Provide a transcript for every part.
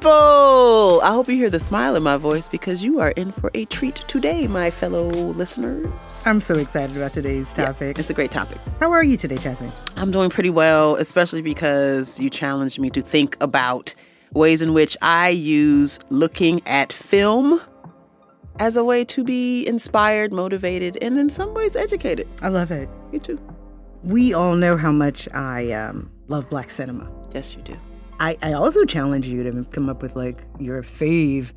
Hello! I hope you hear the smile in my voice because you are in for a treat today, my fellow listeners. I'm so excited about today's topic. It's a great topic. How are you today, Tessie? I'm doing pretty well, especially because you challenged me to think about ways in which I use looking at film as a way to be inspired, motivated, and in some ways educated. I love it. You too. We all know how much I um, love black cinema. Yes, you do. I, I also challenge you to come up with like your fave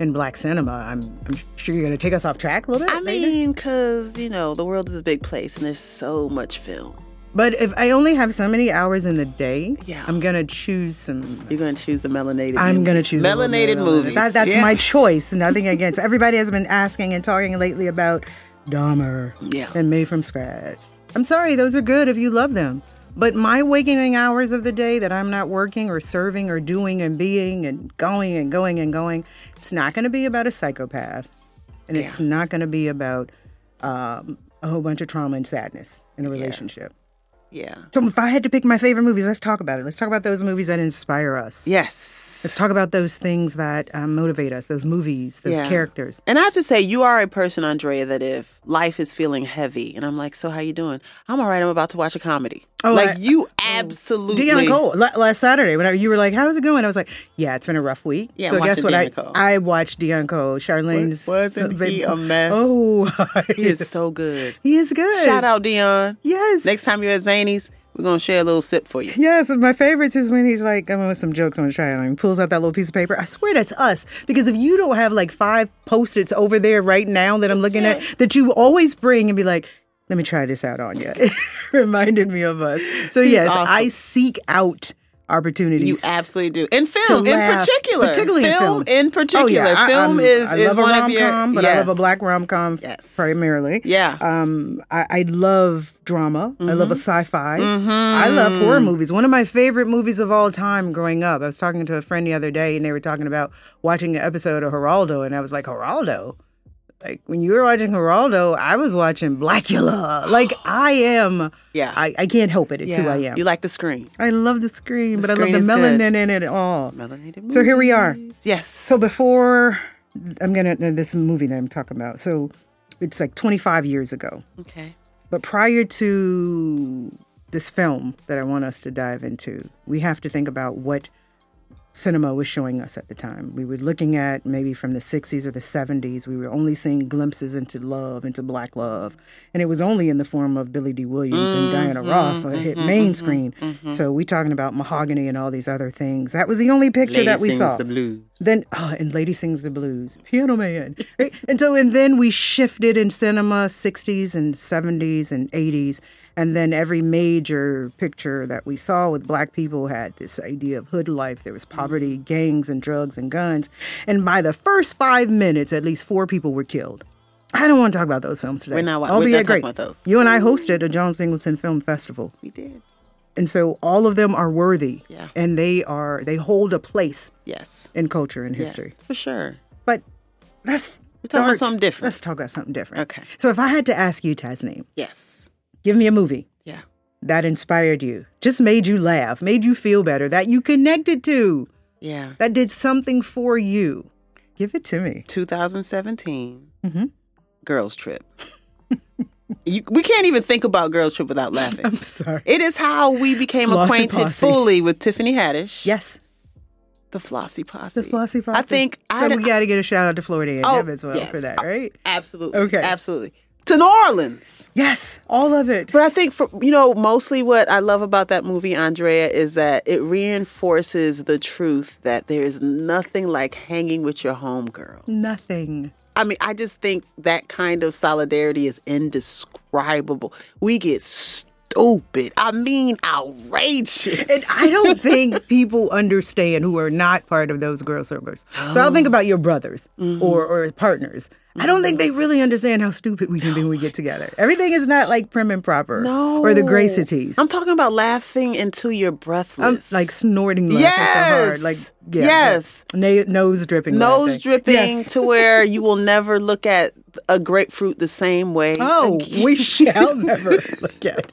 in black cinema. I'm, I'm sure you're going to take us off track a little bit. I later. mean, because, you know, the world is a big place and there's so much film. but if I only have so many hours in the day, Yeah. I'm going to choose some. You're going to choose the melanated I'm going to choose the melanated Melanated movies. That, that's Yeah. my choice. Nothing against. Everybody has been asking and talking lately about Dahmer Yeah. and Made from Scratch. I'm sorry, those are good if you love them. But my waking hours of the day that I'm not working or serving or doing and being and going and going and going, it's not going to be about a psychopath. And it's not going to be about um, a whole bunch of trauma and sadness in a relationship. Yeah. So if I had to pick my favorite movies, let's talk about it. Let's talk about those movies that inspire us. Yes. Let's talk about those things that um, motivate us, those movies, those Yeah. characters. And I have to say, you are a person, Andrea, that if life is feeling heavy, and I'm like, so how you doing? I'm all right. I'm about to watch a comedy. Oh, like I- you absolutely. Deanna Cole la- last Saturday when I, you were like, "How's it going?" I was like, "Yeah, it's been a rough week." Yeah, so watching guess what? I Deanna Cole. I watched Deanna Cole, Charlene's. Wasn't he a mess? Oh, He is so good. he is good. Shout out, Dion. Yes. Next time you're at Zany's, we're gonna share a little sip for you. Yes, my favorites is when he's like, I'm with some jokes on China and pulls out that little piece of paper. I swear that's us. Because if you don't have like five post-its over there right now that I'm looking at that you always bring and be like, let me try this out on you. It reminded me of us. So yes, awesome. I seek out opportunities. You absolutely do. And film to in laugh, particular. particularly in film, film. in particular. Oh, yeah. I- Film I'm- is, I is love a one of rom-com, your But I love a Yes. black rom com Yes. primarily. Yeah. Um, I, I love drama. I love a Mm-hmm. sci fi. I love horror movies. One of my favorite movies of all time growing up. I was talking to a friend the other day and they were talking about watching an episode of Geraldo, and I was like, Geraldo? Like when you were watching Geraldo, I was watching Blackula. Like I am. Yeah. I, I can't help it. It's who I Yeah. am. You like the screen. I love the screen, but screen I love is the good. melanin in it all. Melanated So here we are. movies. Yes. So before I'm gonna no, this movie that I'm talking about. So it's like 25 years ago. okay. But prior to this film that I want us to dive into, we have to think about what cinema was showing us at the time. We were looking at maybe from the 60s or the 70s, we were only seeing glimpses into love, into black love. And it was only in the form of Billy D. Williams and Diana Ross on the hit main screen. So we talking about mahogany and all these other things. That was the only picture that we sings saw. the blues. Then, oh, and Lady Sings the Blues, Piano Man. Right? and so, and then we shifted in cinema 60s and 70s and 80s. And then every major picture that we saw with black people had this idea of hood life. There was poverty, Mm. gangs, and drugs and guns. And by the first five minutes, at least four people were killed. I don't want to talk about those films today. We're not- we're Albeit not talking about those. You and I hosted a John Singleton Film Festival We did. and so all of them are worthy Yeah. and they are they hold a place Yes. in culture and Yes. history For sure. but that's We're talking about dark. something different. let's talk about something different Okay. so if i had to ask you tasnee Yes. give me a movie Yeah. that inspired you just made you laugh made you feel better that you connected to Yeah. that did something for you give it to me 2017 Mhm. Girls Trip. you, we can't even think about Girls Trip without laughing. i'm sorry It is how we became Flossy acquainted Posse. fully with Tiffany Haddish. yes The Flossy Posse. the flossy posse I think so I we got to get a shout out to florida and Oh, as well for yes. that right absolutely. Okay. Absolutely. To New Orleans. yes all of it But I think for you know, mostly what I love about that movie, Andrea, is that it reinforces the truth that there is nothing like hanging with your homegirls. nothing I mean, I just think that kind of solidarity is indescribable. We get stupid. I mean, outrageous. And I don't think people understand who are not part of those girl circles. So I'll think Oh. about your brothers Mm-hmm. or, or partners. I don't think they really understand how stupid we can be when we get together. Everything is not like prim and proper no. or the gracities. I'm talking about laughing until you're I'm breathless. like snorting laughing so Yes. hard. Like yeah, Yes. na- nose dripping. nose laughing. dripping Yes. to where you will never look at a grapefruit the same way. Oh, again. we shall never look at.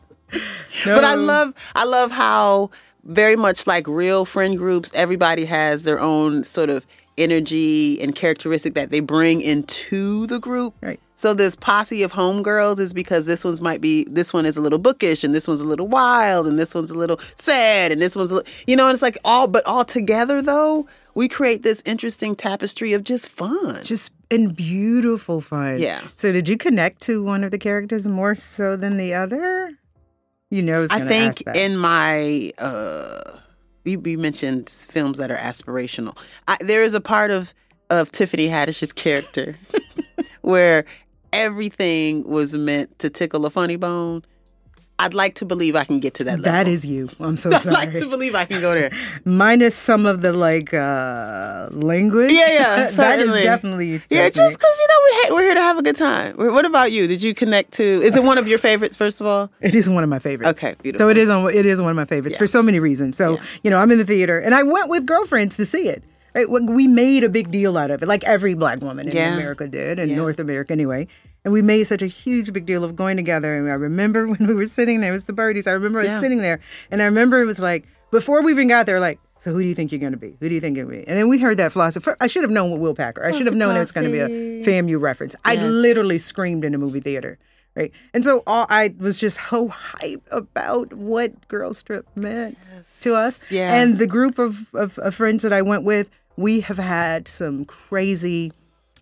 But I No. love I love how very much like real friend groups, everybody has their own sort of energy and characteristic that they bring into the group. Right. So this posse of homegirls is because this one's might be this one is a little bookish and this one's a little wild and this one's a little sad and this one's a little, you know and it's like all but all together though we create this interesting tapestry of just fun. Just and beautiful fun. Yeah. So did you connect to one of the characters more so than the other? You know, I, was I gonna think ask that. in my uh, you, you mentioned films that are aspirational. I, there is a part of of Tiffany Haddish's character where everything was meant to tickle a funny bone. I'd like to believe I can get to that level. that is you. I'm so I'd sorry. like to believe I can go there. Minus some of the like uh language. Yeah, yeah, that is certainly. definitely you, Yeah, Tiffany. just because you know we're, he- we're here to have a good time. Wh- What about you? Did you connect to? Is it one of your favorites? First of all, It is one of my favorites. Okay, beautiful. So it is on. It is one of my favorites for so many reasons. So you know, I'm in the theater, and I went with girlfriends to see it. Right? We- We made a big deal out of it, like every black woman in Yeah. America did, and North America anyway. And we made such a huge big deal of going together. And I remember when we were sitting there, it was the birdies. I remember us Yeah. sitting there, and I remember it was like before we even got there, like. So who do you think you're going to be? Who do you think you're going to be? And then we heard that philosophy. Fir- I should have known with Will Packer. I should have known it was going to be a FAMU reference. I literally screamed in a movie theater right? And so all I was just so hype about what Girl Strip meant to us. Yeah. And the group of, of, of friends that I went with, we have had some crazy,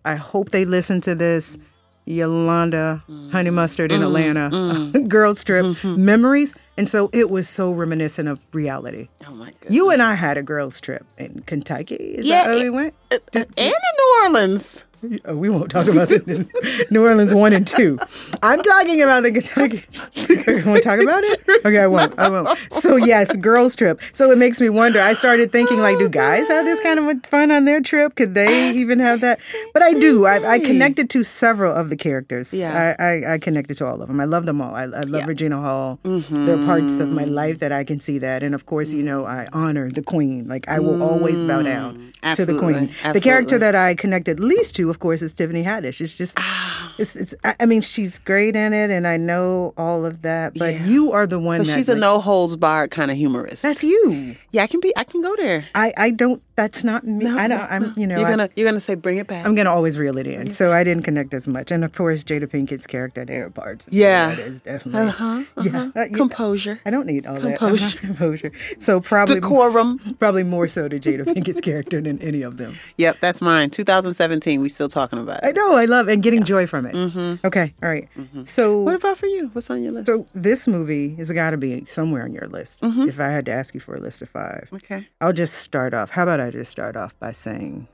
I hope they listen to this, Yolanda Honey Mm. Mustard Mm-hmm. in Atlanta, Girl Strip memories. And so it was so reminiscent of reality. oh my god, You and I had a girls trip in Kentucky. Is Yeah, that where it- we went? Uh, and in New Orleans, Oh, we won't talk about the New Orleans one and two. I'm talking about the Kentucky. Want to talk about it? Okay, I won't. I won't. So yes, girls trip. So it makes me wonder. I started thinking like, do guys have this kind of fun on their trip? Could they even have that? But I do. I, I connected to several of the characters. Yeah. I, I, I connected to all of them. I love them all. I, I love Regina Hall. Mm-hmm. They're parts of my life that I can see that. And of course, you know, I honor the queen. Like I will always bow down to the Absolutely. queen. The character Absolutely. that I connected least to, of course, is Tiffany Haddish. It's just, Ah. it's, it's. I I mean, she's great in it, and I know all of that. But you are the one. but that, she's a like, no holds barred kind of humorist. That's you. yeah, I can be. I can go there. I, I don't. That's not me. I don't. I'm. You know. You're I- gonna you're gonna say bring it back. I'm gonna always reel it in. So I didn't connect as much, and of course Jada Pinkett's character there are parts. Yeah. that is definitely. Uh-huh, Yeah, uh, you- Composure. I don't need all that Composure. I'm not composure. So probably Decorum. Probably more so to Jada Pinkett's character than any of them. Yep, that's mine. 2017. We still talking about I it. know. I love and getting joy from it. Okay. All right. So Mm-hmm. What about for you? What's on your list? So this movie has got to be somewhere on your list. If I had to ask you for a list of five, okay. I'll just start off. How about I just start off by saying,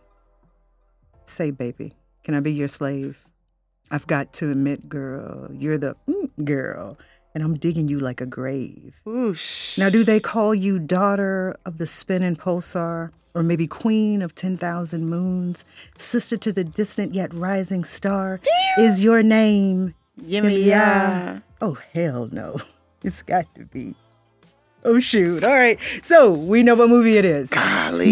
"Say, baby, can I be your slave? I've got to admit, girl, you're the mm, girl, and I'm digging you like a grave." Whoosh. Now, do they call you daughter of the spinning pulsar, or maybe queen of 10,000 moons, sister to the distant yet rising star? Is your name Yimmy yeah. Oh, hell no. It's got to be. Oh, shoot. All right. So we know what movie it is. Golly.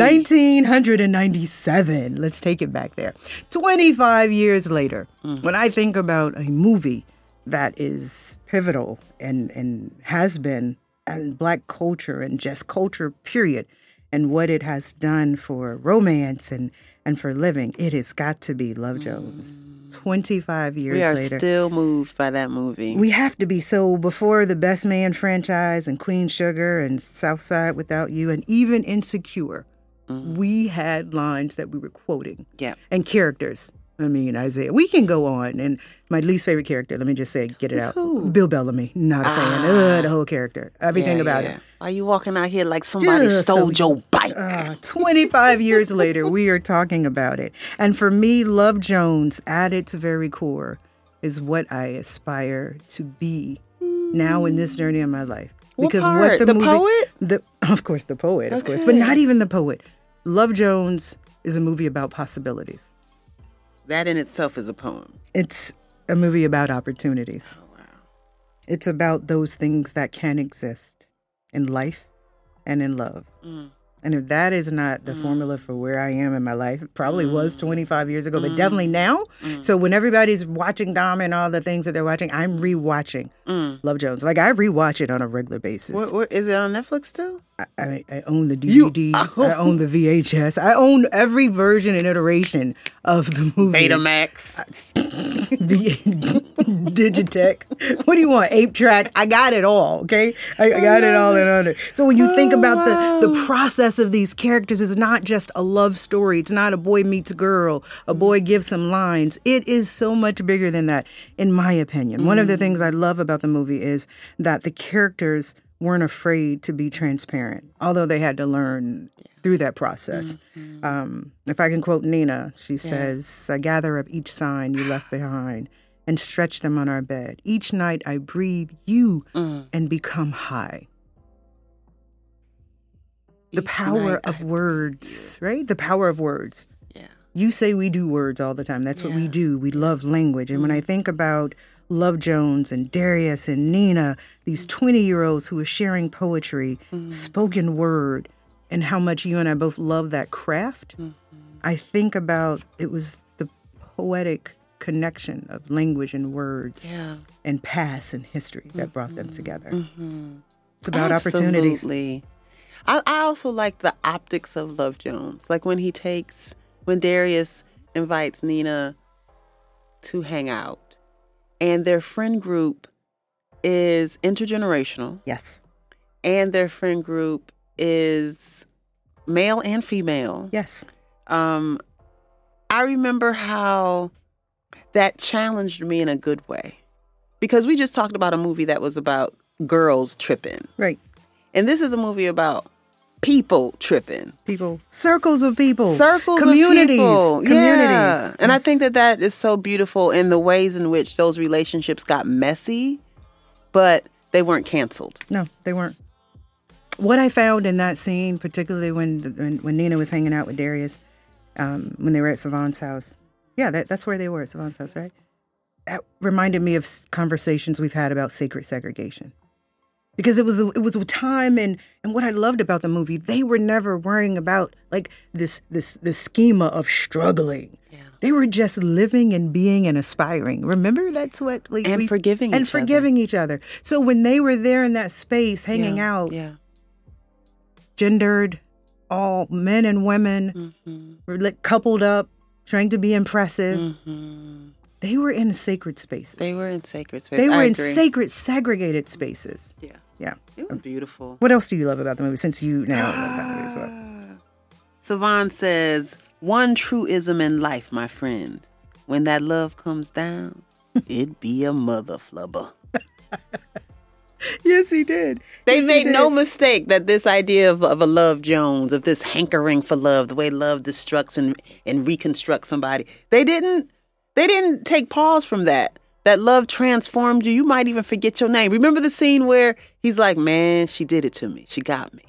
1997. Let's take it back there. 25 years later, Mm. when I think about a movie that is pivotal and, and has been in black culture and just culture, period, and what it has done for romance and, and for living, it has got to be Love Jones. 25 Mm. years We are later. still moved by that movie. We have to be. So before the Best Man franchise and Queen Sugar and Southside Without You and even Insecure, Mm-hmm. we had lines that we were quoting yeah. and characters. I mean, Isaiah. We can go on. And my least favorite character, let me just say, get it out. who? Ah. Bill Bellamy. Not a fan. Ugh, the whole character. Everything Yeah, about yeah. it. Why you walking out here like somebody Duh, stole so- your bike? Uh, 25 years later, we are talking about it. And for me, Love Jones, at its very core, is what I aspire to be now in this journey of my life. What part? The poet? the- of course, the poet, of course, but not even the poet. Love Jones is a movie about possibilities. that in itself is a poem. It's a movie about opportunities. Oh wow. It's Mm. about those things that can exist in life and in love. And if that is not the formula for where I am in my life, it probably was Mm. 25 years ago, but definitely now. So when everybody's watching Dom and all the things that they're watching, I'm rewatching Mm. Love Jones. Like I rewatch it on a regular basis. Where, where, is it on Netflix still? I, I own the DVD. I own the VHS. I own every version and iteration of the movie. Uh, Betamax. V- Digitech. What do you want? Ape Track. I got it all. Okay, I, I got it all in under. So when you think about the the process of these characters, is not just a love story. It's not a boy meets girl. A boy gives some lines. It is so much bigger than that, in my opinion. One of the things I love about the movie is that the characters weren't afraid to be transparent, although they had to learn through that process. Mm-hmm. Um, if I can quote Nina, she says, I gather up each sign you left behind and stretch them on our bed. Each night I breathe you Mm. and become high. The Each power night of I- words, right? The power of words Yeah. you say we do words all the time. That's what we do. We love language. And when Mm-hmm. I think about Love Jones and Darius and Nina, these 20 year olds who are sharing poetry, Mm-hmm. spoken word, and how much you and I both love that craft, Mm-hmm. I think about it was the poetic connection of language and words Yeah. Mm-hmm. and past and history that brought them together. It's about opportunities. Absolutely. I, I also like the optics of Love Jones. Like when he takes, when Darius invites Nina to hang out, and their friend group is intergenerational, Yes. and their friend group is male and female. Yes. Um, I remember how that challenged me in a good way because we just talked about a movie that was about girls tripping. Right. And this is a movie about people tripping. People, circles of people, Circles communities, of people. communities, Yeah. And I Yes. think that that is so beautiful in the ways in which those relationships got messy, but they weren't canceled. No, they weren't. What I found in that scene, particularly when when, when Nina was hanging out with Darius, um, when they were at Savant's house, yeah, that, that's where they were at Savant's house, right? That reminded me of s- conversations we've had about sacred segregation, because it was a- it was a time and and what I loved about the movie, they were never worrying about like this this this schema of struggling. They were just living and being and aspiring. Remember, that's what like, And we- forgiving and each other. forgiving each other. So when they were there in that space, hanging Yeah, out, Yeah. gendered, all men and Mm. women Mm-hmm. were like coupled up, trying to be impressive. They were in sacred spaces. Mm-hmm. They were in sacred space. They I were in agree. sacred, segregated spaces. Yeah. Yeah. It was beautiful. What else do you love about the movie? Since you now love that movie as well. Ah. Savon says, One truism in life, my friend. When that love comes down, it be a mother flubber. Yes, he did. They Yes, he made did. no mistake that this idea of, of a love Jones, of this hankering for love, the way love destructs and, and reconstructs somebody, they didn't they didn't take pause from that. That love transformed you. You might even forget your name. Remember the scene where he's like, Man, she did it to me. She got me.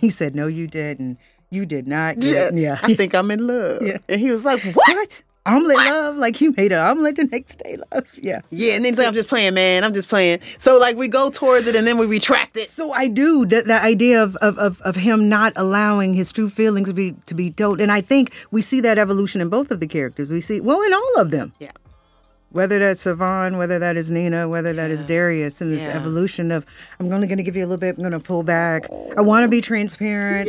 He said, "No, you didn't. You did not." Get it." Yeah. I think I'm in love. Yeah. And he was like, What? Omelet love, like you made an omelet the next day, love. Yeah. Yeah, and then he's like, I'm just playing, man. I'm just playing. So like we go towards it and then we retract it. So I do that. The idea of, of of of him not allowing his true feelings to be to be told, and I think we see that evolution in both of the characters. We see well in all of them. Yeah. Whether that's Savon, whether that is Nina, whether that is Darius, and this Yeah. evolution of I'm only going to give you a little bit, I'm going to pull back. I want to be transparent,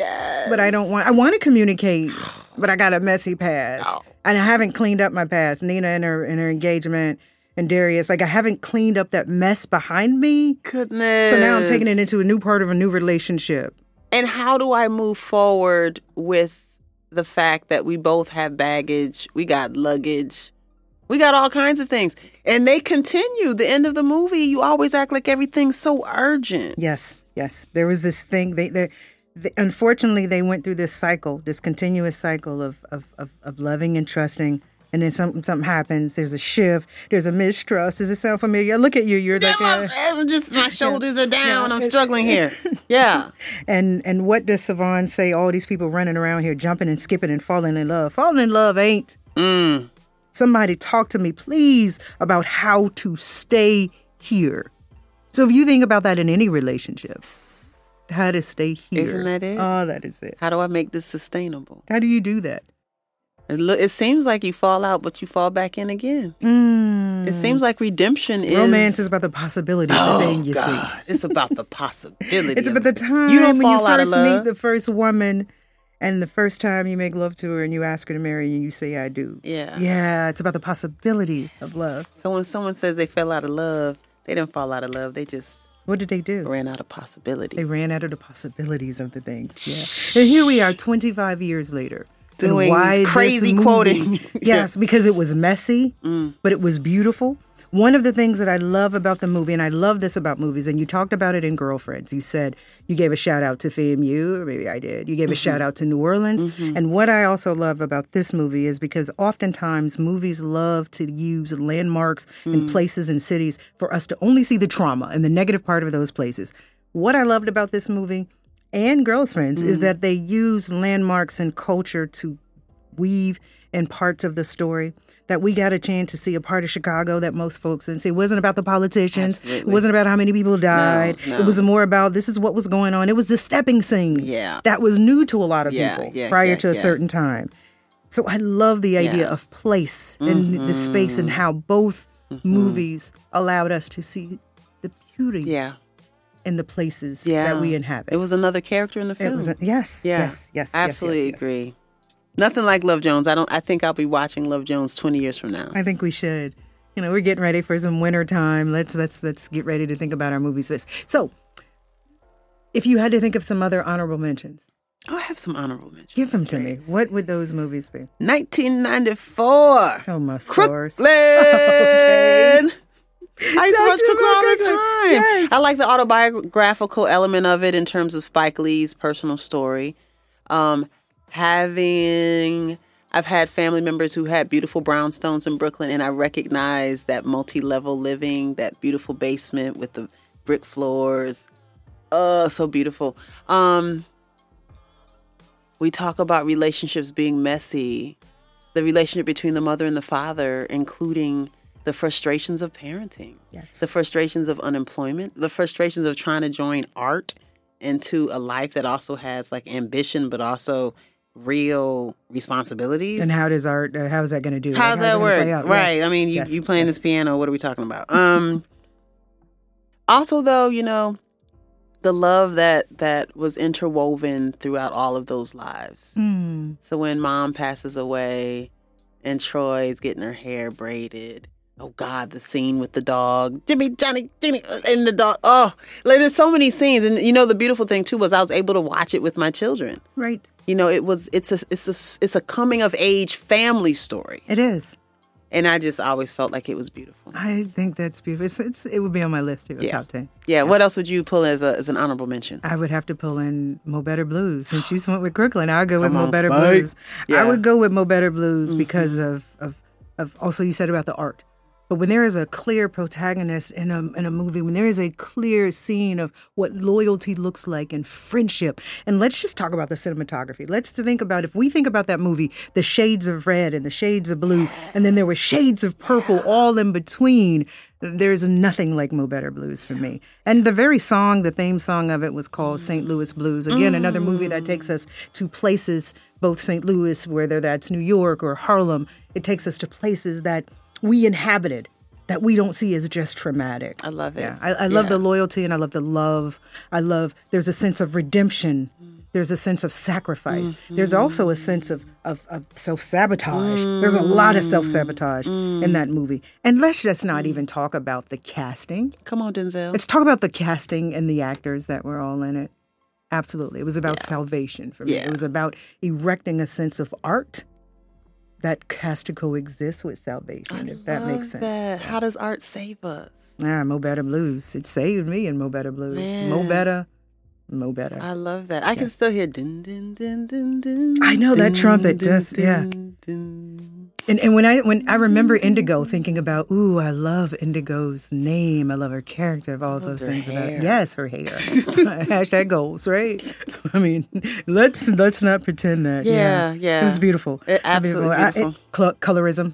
but I don't want. I want to communicate, but I got a messy past, and I haven't cleaned up my past. Nina and her and her engagement, and Darius, like I haven't cleaned up that mess behind me. Goodness. So now I'm taking it into a new part of a new relationship. And how do I move forward with the fact that we both have baggage, we got luggage, we got all kinds of things. And they continue. The end of the movie, you always act like everything's so urgent. Yes, yes. There was this thing. They, they, they unfortunately, they went through this cycle, this continuous cycle of of of, of loving and trusting. And then something something happens. There's a shift. There's a mistrust. Does it sound familiar? Look at you. You're like, I'm, uh, I'm just my shoulders are down. I'm struggling here. Yeah. and and what does Savon say? All these people running around here, jumping and skipping and falling in love. Falling in love ain't. Mm. Somebody talk to me, please, about how to stay here. So if you think about that in any relationship, how to stay here. Isn't that it? Oh, that is it. How do I make this sustainable? How do you do that? It, lo- it seems like you fall out, but you fall back in again. Mm. It seems like redemption is Oh, Romance is about the possibility of the thing you see. It's about the possibility. It's of about the it. time you don't when you fall out of first meet love. the first woman and the first time you make love to her and you ask her to marry you and you say, I do. Yeah. Yeah, it's about the possibility of love. So when someone says they fell out of love, they didn't fall out of love. They just What did they do? ran out of possibility. They ran out of the possibilities of the things. Yeah. And here we are 25 years later. And Doing why this this crazy movie? quoting. yes, because it was messy, but it was beautiful. One of the things that I love about the movie, and I love this about movies, and you talked about it in Girlfriends. You said you gave a shout out to FAMU, or maybe I did. You gave a shout out to New Orleans. And what I also love about this movie is because oftentimes movies love to use landmarks and places and cities for us to only see the trauma and the negative part of those places. What I loved about this movie and Girlfriends is that they use landmarks and culture to weave in parts of the story that we got a chance to see a part of Chicago that most folks didn't see. It wasn't about the politicians. Absolutely. It wasn't about how many people died. no. It was more about this is what was going on. It was the stepping scene Yeah. that was new to a lot of Yeah, people yeah, prior yeah, to a yeah. certain time. So I love the idea Yeah. Mm-hmm. of place and the space and how both movies allowed us to see the beauty yeah. in the places Yeah. that we inhabit. It was another character in the film. It was a- yes, Yeah. yes, yes. I yes, absolutely yes, yes. agree. Nothing like Love Jones. I don't I think I'll be watching Love Jones 20 years from now. I think we should. You know, we're getting ready for some winter time. Let's let's let's get ready to think about our movies list. So, if you had to think of some other honorable mentions, Oh, I have some honorable mentions. give them to me. What would those movies be? 1994. Oh my stars! Crooklyn. I used to Dr. watch Crooklyn all the Marcus, time. yes. I like the autobiographical element of it in terms of Spike Lee's personal story. Um, having I've had family members who had beautiful brownstones in Brooklyn, and I recognize that multi-level living, that beautiful basement with the brick floors. Oh, so beautiful. Um, we talk about relationships being messy the relationship between the mother and the father, including the frustrations of parenting, Yes. the frustrations of unemployment, the frustrations of trying to join art into a life that also has like ambition, but also real responsibilities. And how does art? Uh, how is that going to do? How's Like, that it gonna work? play out? Right. Yes. I mean, you, Yes. you playing this piano. What are we talking about? Um. also, though, you know, the love that that was interwoven throughout all of those lives. Mm. So when mom passes away and Troy's getting her hair braided. Oh God, the scene with the dog. Jimmy, Johnny, Jimmy, uh, and the dog. Oh, like, there's so many scenes. And you know, the beautiful thing too was I was able to watch it with my children. Right. You know, it was it's a it's a it's a coming of age family story. It is. And I just always felt like it was beautiful. I think that's beautiful. It's, it's it would be on my list too. Yeah. Top ten. Yeah, what else would you pull as a as an honorable mention? I would have to pull in Mo Better Blues since you went with Crooklyn. I'll go with Come Mo on, Better Spike. Blues. Yeah. Mm-hmm. I would go with Mo Better Blues because of, of of also you said about the art. But when there is a clear protagonist in a in a movie, when there is a clear scene of what loyalty looks like and friendship, and let's just talk about the cinematography. Let's to think about if we think about that movie, the shades of red and the shades of blue, and then there were shades of purple all in between. There is nothing like Mo Better Blues for me. And the very song, the theme song of it was called St. Louis Blues. Again, another movie that takes us to places, both St. Louis, whether that's New York or Harlem, it takes us to places that we inhabited that we don't see as just traumatic. I love it. Yeah, I, I love the loyalty and I love the love. I love there's a sense of redemption. There's a sense of sacrifice. There's also a sense of of, of self sabotage. There's a lot of self sabotage in that movie. And let's just not even talk about the casting. Come on, Denzel. Let's talk about the casting and the actors that were all in it. Absolutely, it was about salvation for me. Yeah. It was about erecting a sense of art that has to coexist with salvation, if that Love makes sense. that. How does art save us? Ah, Mo Better Blues. It saved me in Mo Better Blues. Mo Man. Better, Mo Better. I love that. I can still hear din din din din din. I know that trumpet does- yeah. din. And and when I when I remember Mm. Indigo, thinking about, ooh, I love Indigo's name. I love her character. Of all of those her things about hair. yes, her hair. Hashtag goals, right? I mean, let's let's not pretend that. Yeah, It yeah. was beautiful. It- absolutely I- it- beautiful. Mm. Mm-hmm. cl- colorism.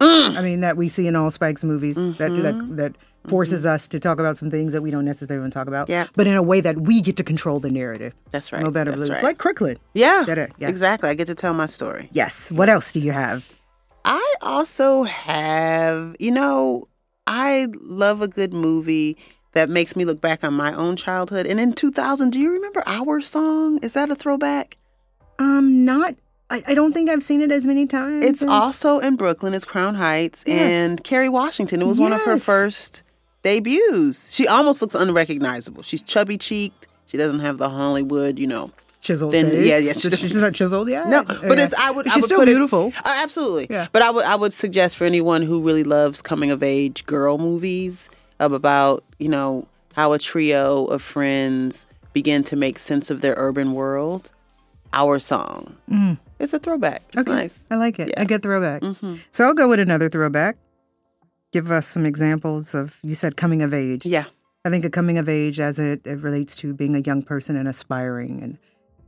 I mean that we see in all Spike's movies that that that forces us to talk about some things that we don't necessarily want to talk about. Yeah. But in a way that we get to control the narrative. That's right. No better That's blues. right. Like Cricklin. yeah, Did it, yeah. exactly. I get to tell my story. Yes. What else do you have? I also have, you know, I love a good movie that makes me look back on my own childhood. And in 2000, do you remember Our Song? Is that a throwback? Um, not I, I don't think I've seen it as many times. It's as- also in Brooklyn. It's Crown Heights Mm-hmm. Yes. and Kerry Washington. It was one of her Yes. first debuts. She almost looks unrecognizable. She's chubby cheeked. She doesn't have the Hollywood, you know. chiseled. Then- face. yeah, yeah, she's She's, just- she's not chiseled yet. No, but it's I would. She's I would still put it- beautiful. Uh, absolutely. Yeah. But I would I would suggest for anyone who really loves coming of age girl movies um, about you know how a trio of friends begin to make sense of their urban world. Our song. Mm. It's a throwback. It's nice. Mm-hmm. I like it. I get throwback. So I'll go with another throwback. Give us some examples of you said coming of age. Yeah. I think a coming of age as it, it relates to being a young person and aspiring and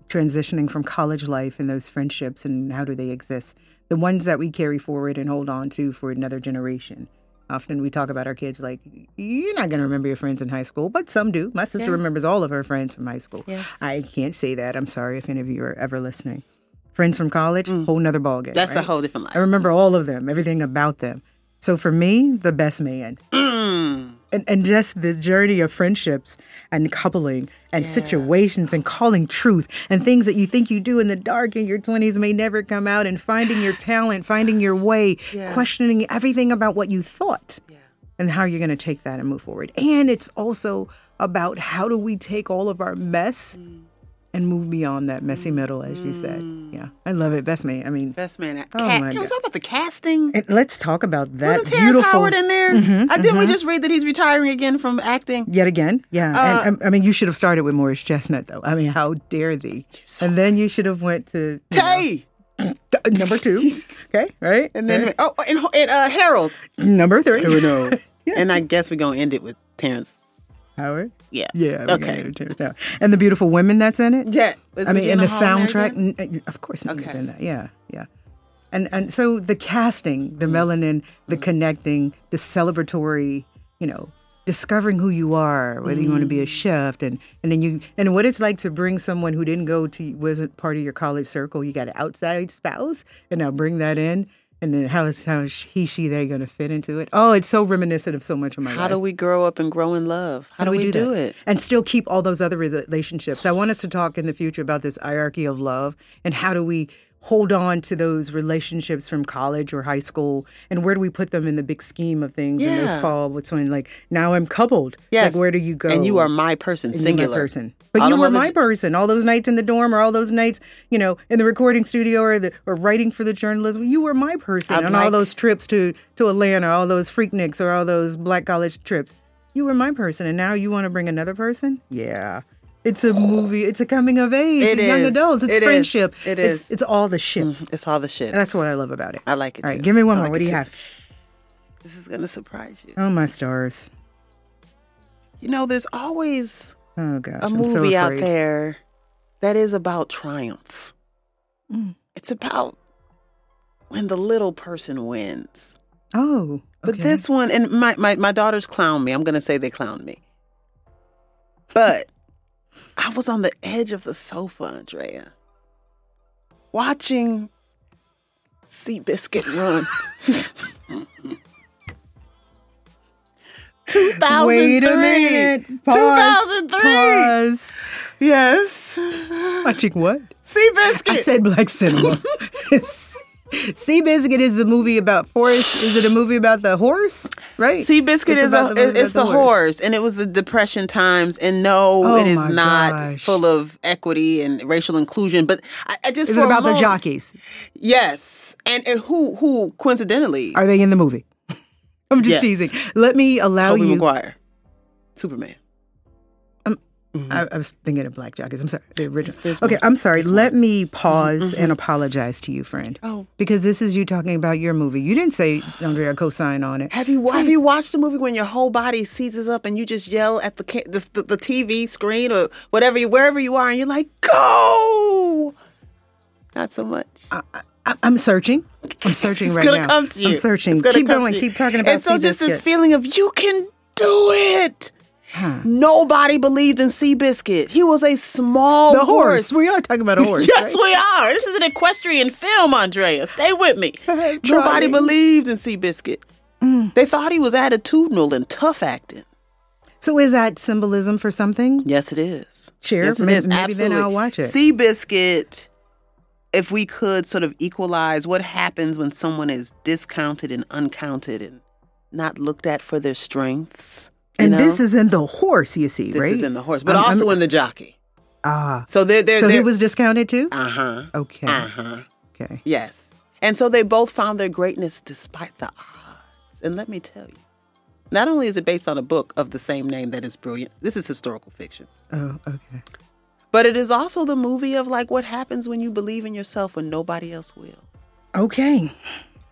transitioning from college life and those friendships and how do they exist. The ones that we carry forward and hold on to for another generation. Often we talk about our kids like, you're not going to remember your friends in high school, but some do. My sister Yeah. remembers all of her friends from high school. Yes. I can't say that. I'm sorry if any of you are ever listening. Friends from college, Mm. whole nother ballgame. That's a right? whole different I life. remember all of them, everything about them. So for me, the best man Mm. and, and just the journey of friendships and coupling and situations and calling truth and things that you think you do in the dark in your 20s may never come out and finding your talent, finding your way, Yeah. questioning everything about what you thought Yeah. and how you're going to take that and move forward. And it's also about how do we take all of our mess Mm. and move beyond that messy middle, as you said. Yeah, I love it. Best me. I mean, Best man. At Oh, cat. my Can we God. talk about the casting? and let's talk about that Wasn't Terrence beautiful Howard Mm-hmm, in there? I didn't we just read that he's retiring again from acting? Yet again, yeah. and, um, I I mean, you should have started with Morris Chestnut, though. I mean, how dare thee? And then you should have went to you know, Tay. th- number two, okay, right? And then oh and, and uh Harold. number three, And I guess we're gonna end it with Terrence. Howard. Yeah. Yeah. we got Okay. it, too. So- And the beautiful women that's in it. Yeah. Is I mean, Regina and the Hall in there soundtrack. again? n- of course, Nina's Okay. in that. Yeah, yeah. And and so the casting, Mm. the melanin, the connecting, the celebratory, you know, discovering who you are, whether you want to Mm. be a chef, and and then you and what it's like to bring someone who didn't go to wasn't part of your college circle. You got an outside spouse, and now bring that in. And then how is how is he she they going to fit into it? Oh, it's so reminiscent of so much of my How life. do we grow up and grow in love? How, do we, do, that? it? And still keep all those other relationships. I want us to talk in the future about this hierarchy of love and how do we hold on to those relationships from college or high school and where do we put them in the big scheme of things and Yeah. they fall between like now I'm coupled. Yes. Like where do you go? And you are my person, And you my singular. person. But All you them were other- my person. All those nights in the dorm or all those nights, you know, in the recording studio or the or writing for the journalism, you were my person I'd on all like- those trips to to Atlanta, all those freaknicks or all those black college trips. You were my person and now you want to bring another person? Yeah. It's a movie. It's a coming of age. It it's young is. adults. It's It is. friendship. It It's- is. It's, all the ships. Mm-hmm. It's all the shit. That's what I love about it. I like it. All right, too. give me one I more. like what it do you too. have? This is gonna surprise you. Oh my stars. You know, there's always Oh gosh. a I'm so movie out afraid. there that is about triumph. Mm. It's about when the little person wins. Oh. But okay. this one, and my, my, my daughters clown me. I'm going to say they clown me. But I was on the edge of the sofa, Andrea, watching Seabiscuit run. 2003. Wait a minute. Pause. 2003. Pause. Yes. Watching what? I Seabiscuit. said black cinema. Seabiscuit is the movie about Forrest. Is it a movie about the horse? Right? Seabiscuit It's is about a, movie it's, it's the about horse, and it was the Depression times. And no, Oh it is my not gosh. full of equity and racial inclusion. But I, I just Is for it a about the moment- jockeys? Yes, and and who who coincidentally Are they in the movie? I'm just Yes. teasing. Let me allow Toby you. Maguire, Superman. I, I was thinking of black jockeys. I'm sorry. The original. there's okay, one. Mm-hmm. I'm sorry. Let me pause and apologize to you, friend. Oh. Because this is you talking about your movie. You didn't say Andrea co-sign on it. Have you wa- have you watched the movie when your whole body seizes up and you just yell at the ca- the, the, the TV screen or whatever you, wherever you are and you're like go? Not so much. I, I'm searching. I'm searching it's right gonna now. come to you. I'm searching. It's gonna Keep come going. to you. Keep talking about And so just this Seabiscuit. feeling of you can do it. Nobody believed in Seabiscuit. He was a small The horse. horse. We are talking about a horse. Yes, we are. This is an equestrian film, Andrea. Stay with me. ahead, Nobody darling. believed in Seabiscuit. Mm. They thought he was attitudinal and tough acting. So is that symbolism for something? Yes, it is. Sure. Yes, it May- is. maybe then Absolutely. I'll watch it. Seabiscuit, if we could sort of equalize what happens when someone is discounted and uncounted and not looked at for their strengths. you And know? this is in the horse, you see, this right? is in the horse, but I'm- also I'm- in the jockey. ah. So they're they're, so they're he was discounted too. uh huh Okay. uh huh Okay. yes, and so they both found their greatness despite the odds. And let me tell you, not only is it based on a book of the same name that is brilliant, this is historical fiction. Oh, okay. But it is also the movie of like what happens when you believe in yourself when nobody else will. Okay.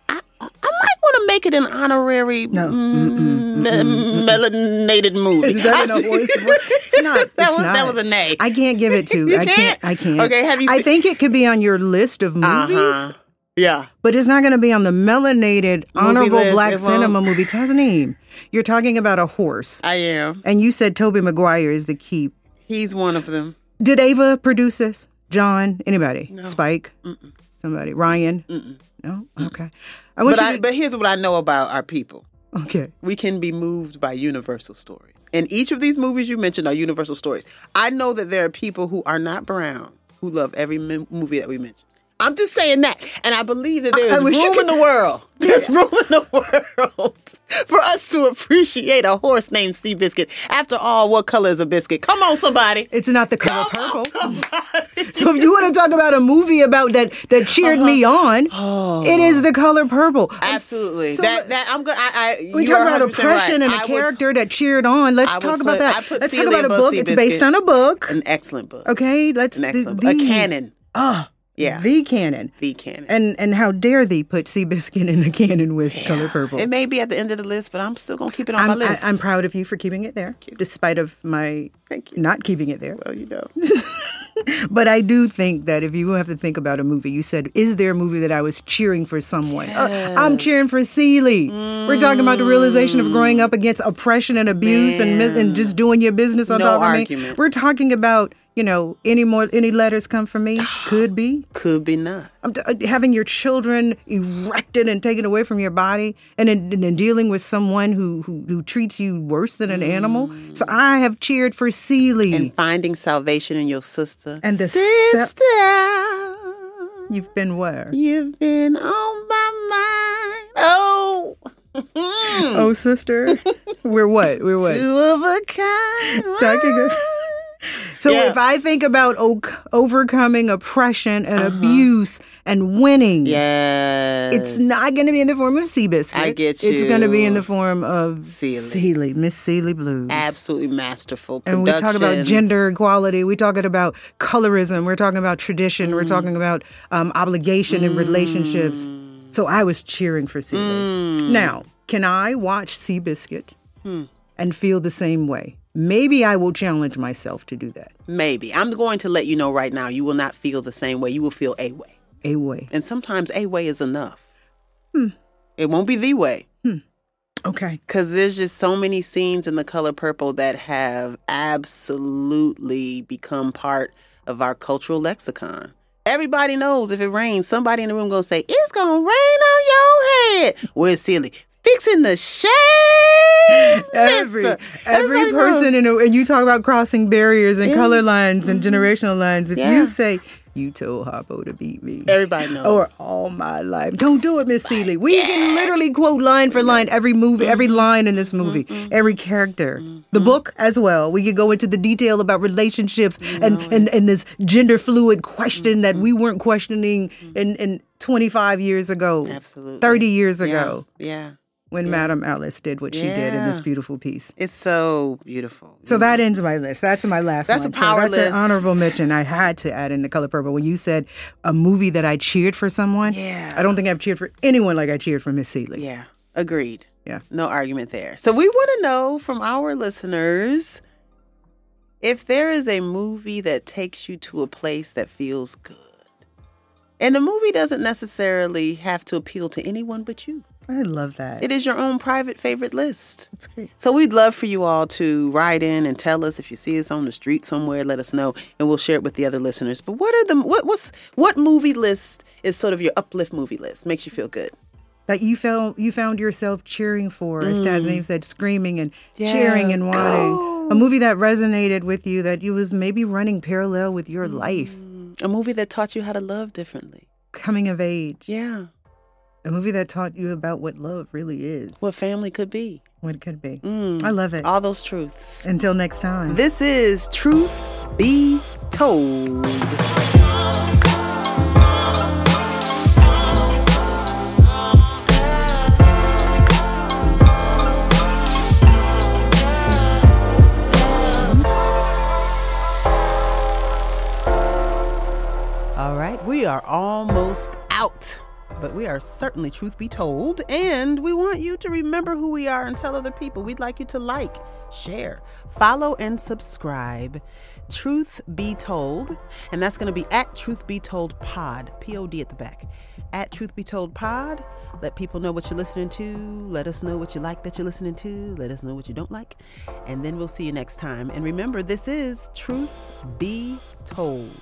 I might want to make it an honorary No. mm, mm, melanated movie. Is that in a horse? It's not. that, it's was, not. that was a nay. I can't give it to. You I can't? I can't. Okay, have you I seen- think it could be on your list of movies, Uh-huh. Yeah. but it's not going to be on the melanated honorable list, black it won't. cinema movie. Tasneem, you're talking about a horse, I am. and you said Toby Maguire is the key. He's one of them. Did Ava produce this? John? Anybody? Spike? Somebody? Ryan? No. Okay. I want But I, you. but here's what I know about our people. to, okay. We can be moved by universal stories. And each of these movies you mentioned are universal stories. I know that there are people who are not brown who love every mem- movie that we mentioned. I'm just saying that. And I believe that there is I wish you room in the world. There's room in the world for us to appreciate a horse named Seabiscuit. After all, what color is a biscuit? Come on, somebody. It's not the color purple. so if you want to talk about a movie about that that cheered Uh-huh. me on, it is the color purple. I'm Oh. Absolutely. so- that that I'm good. I, I we you talk are about 100% right. oppression and I a would- character that cheered on. Let's I would talk put- about I that. put Let's Celia talk about a above book. Sea It's based Biscuit. on a book. an excellent book. Okay, let's An excellent the, book. the- A canon. Ah, Yeah. the canon. The canon. And and how dare thee put Seabiscuit in a canon with color purple? It may be at the end of the list, but I'm still gonna keep it on my I'm, I, list. I'm proud of you for keeping it there, despite of my Thank you. not keeping it there. well, you know. But I do think that if you have to think about a movie, you said, is there a movie that I was cheering for someone? Uh, I'm cheering for Seeley. We're talking about the realization Mm. of growing up against oppression and abuse and, mis- and just doing your business on No top of me. argument. We're talking about, you know, any more, any letters come from me? Could be. Could be not. I'm t- uh, having your children erected and taken away from your body, and then and then dealing with someone who, who who treats you worse than an animal. So I have cheered for Seeley. Mm. And finding salvation in your sister. And the sister, You've been where? you've been on my mind. Oh, Oh, sister. We're what? We're what? two of a kind. Talking to- So Yeah. if I think about o- overcoming oppression and Uh-huh. abuse and winning, Yes. it's not going to be in the form of Seabiscuit. I get It's going to be in you. the form of Seeley. Seeley, Miss Seeley Blues. absolutely masterful production. And we talk about gender equality. We're talking about colorism. We're talking about tradition. Mm. We're talking about um, obligation and relationships. So I was cheering for Seeley. Mm. Now, can I watch Seabiscuit Hmm. and feel the same way? Maybe I will challenge myself to do that. Maybe. I'm going to let you know right now, you will not feel the same way. You will feel a way. A way. And sometimes a way is enough. Hmm. It won't be the way. Okay. Because there's just so many scenes in the color purple that have absolutely become part of our cultural lexicon. Everybody knows if it rains, somebody in the room gonna say, It's gonna rain on your head. We're silly. Fixing the shade. Every mister. every Everybody knows. person in a, and you talk about crossing barriers and color lines and generational lines. If Mm-hmm. Yeah. you say you told Harpo to beat me, Everybody knows. or all my life, don't do it, Miss Seeley. We can literally quote line for line every movie, every Mm-hmm. line in this movie, every character, the book as well. We could go into the detail about relationships and and and this gender fluid question that Mm-hmm. we weren't questioning in in 25 years ago, Absolutely. 30 years Yeah, ago. Yeah. when Madame Alice did what she did in this Yeah. beautiful piece. It's so beautiful. So that ends my list. That's my last That's a one. So power that's list. an honorable mention. I had to add in the color purple when you said a movie that I cheered for someone. Yeah. I don't think I've cheered for anyone like I cheered for Miss Seeley. Yeah, agreed. Yeah. No argument there. So we want to know from our listeners if there is a movie that takes you to a place that feels good. And the movie doesn't necessarily have to appeal to anyone but you. I love that. It is your own private favorite list. That's great. So we'd love for you all to write in and tell us if you see us on the street somewhere. Let us know, and we'll share it with the other listeners. But what are the what what's what movie list is sort of your uplift movie list? Makes you feel good. That you found you found yourself cheering for, as Mm. Taz Name said, screaming and cheering and wanting. A movie that resonated with you that you was maybe running parallel with Mm. your life, A movie that taught you how to love differently. coming of age. Yeah, A movie that taught you about what love really is. what family could be. What it could be. Mm. I love it. All those truths. Until next time. This is Truth Be Told. All right, we are almost out, but we are certainly truth be told, and we want you to remember who we are and tell other people. We'd like you to like, share, follow, and subscribe. Truth be told, and that's going to be at Truth Be Told Pod, P O D at the back. At Truth Be Told Pod, let people know what you're listening to. Let us know what you like that you're listening to. Let us know what you don't like. And then we'll see you next time. And remember, this is Truth Be Told.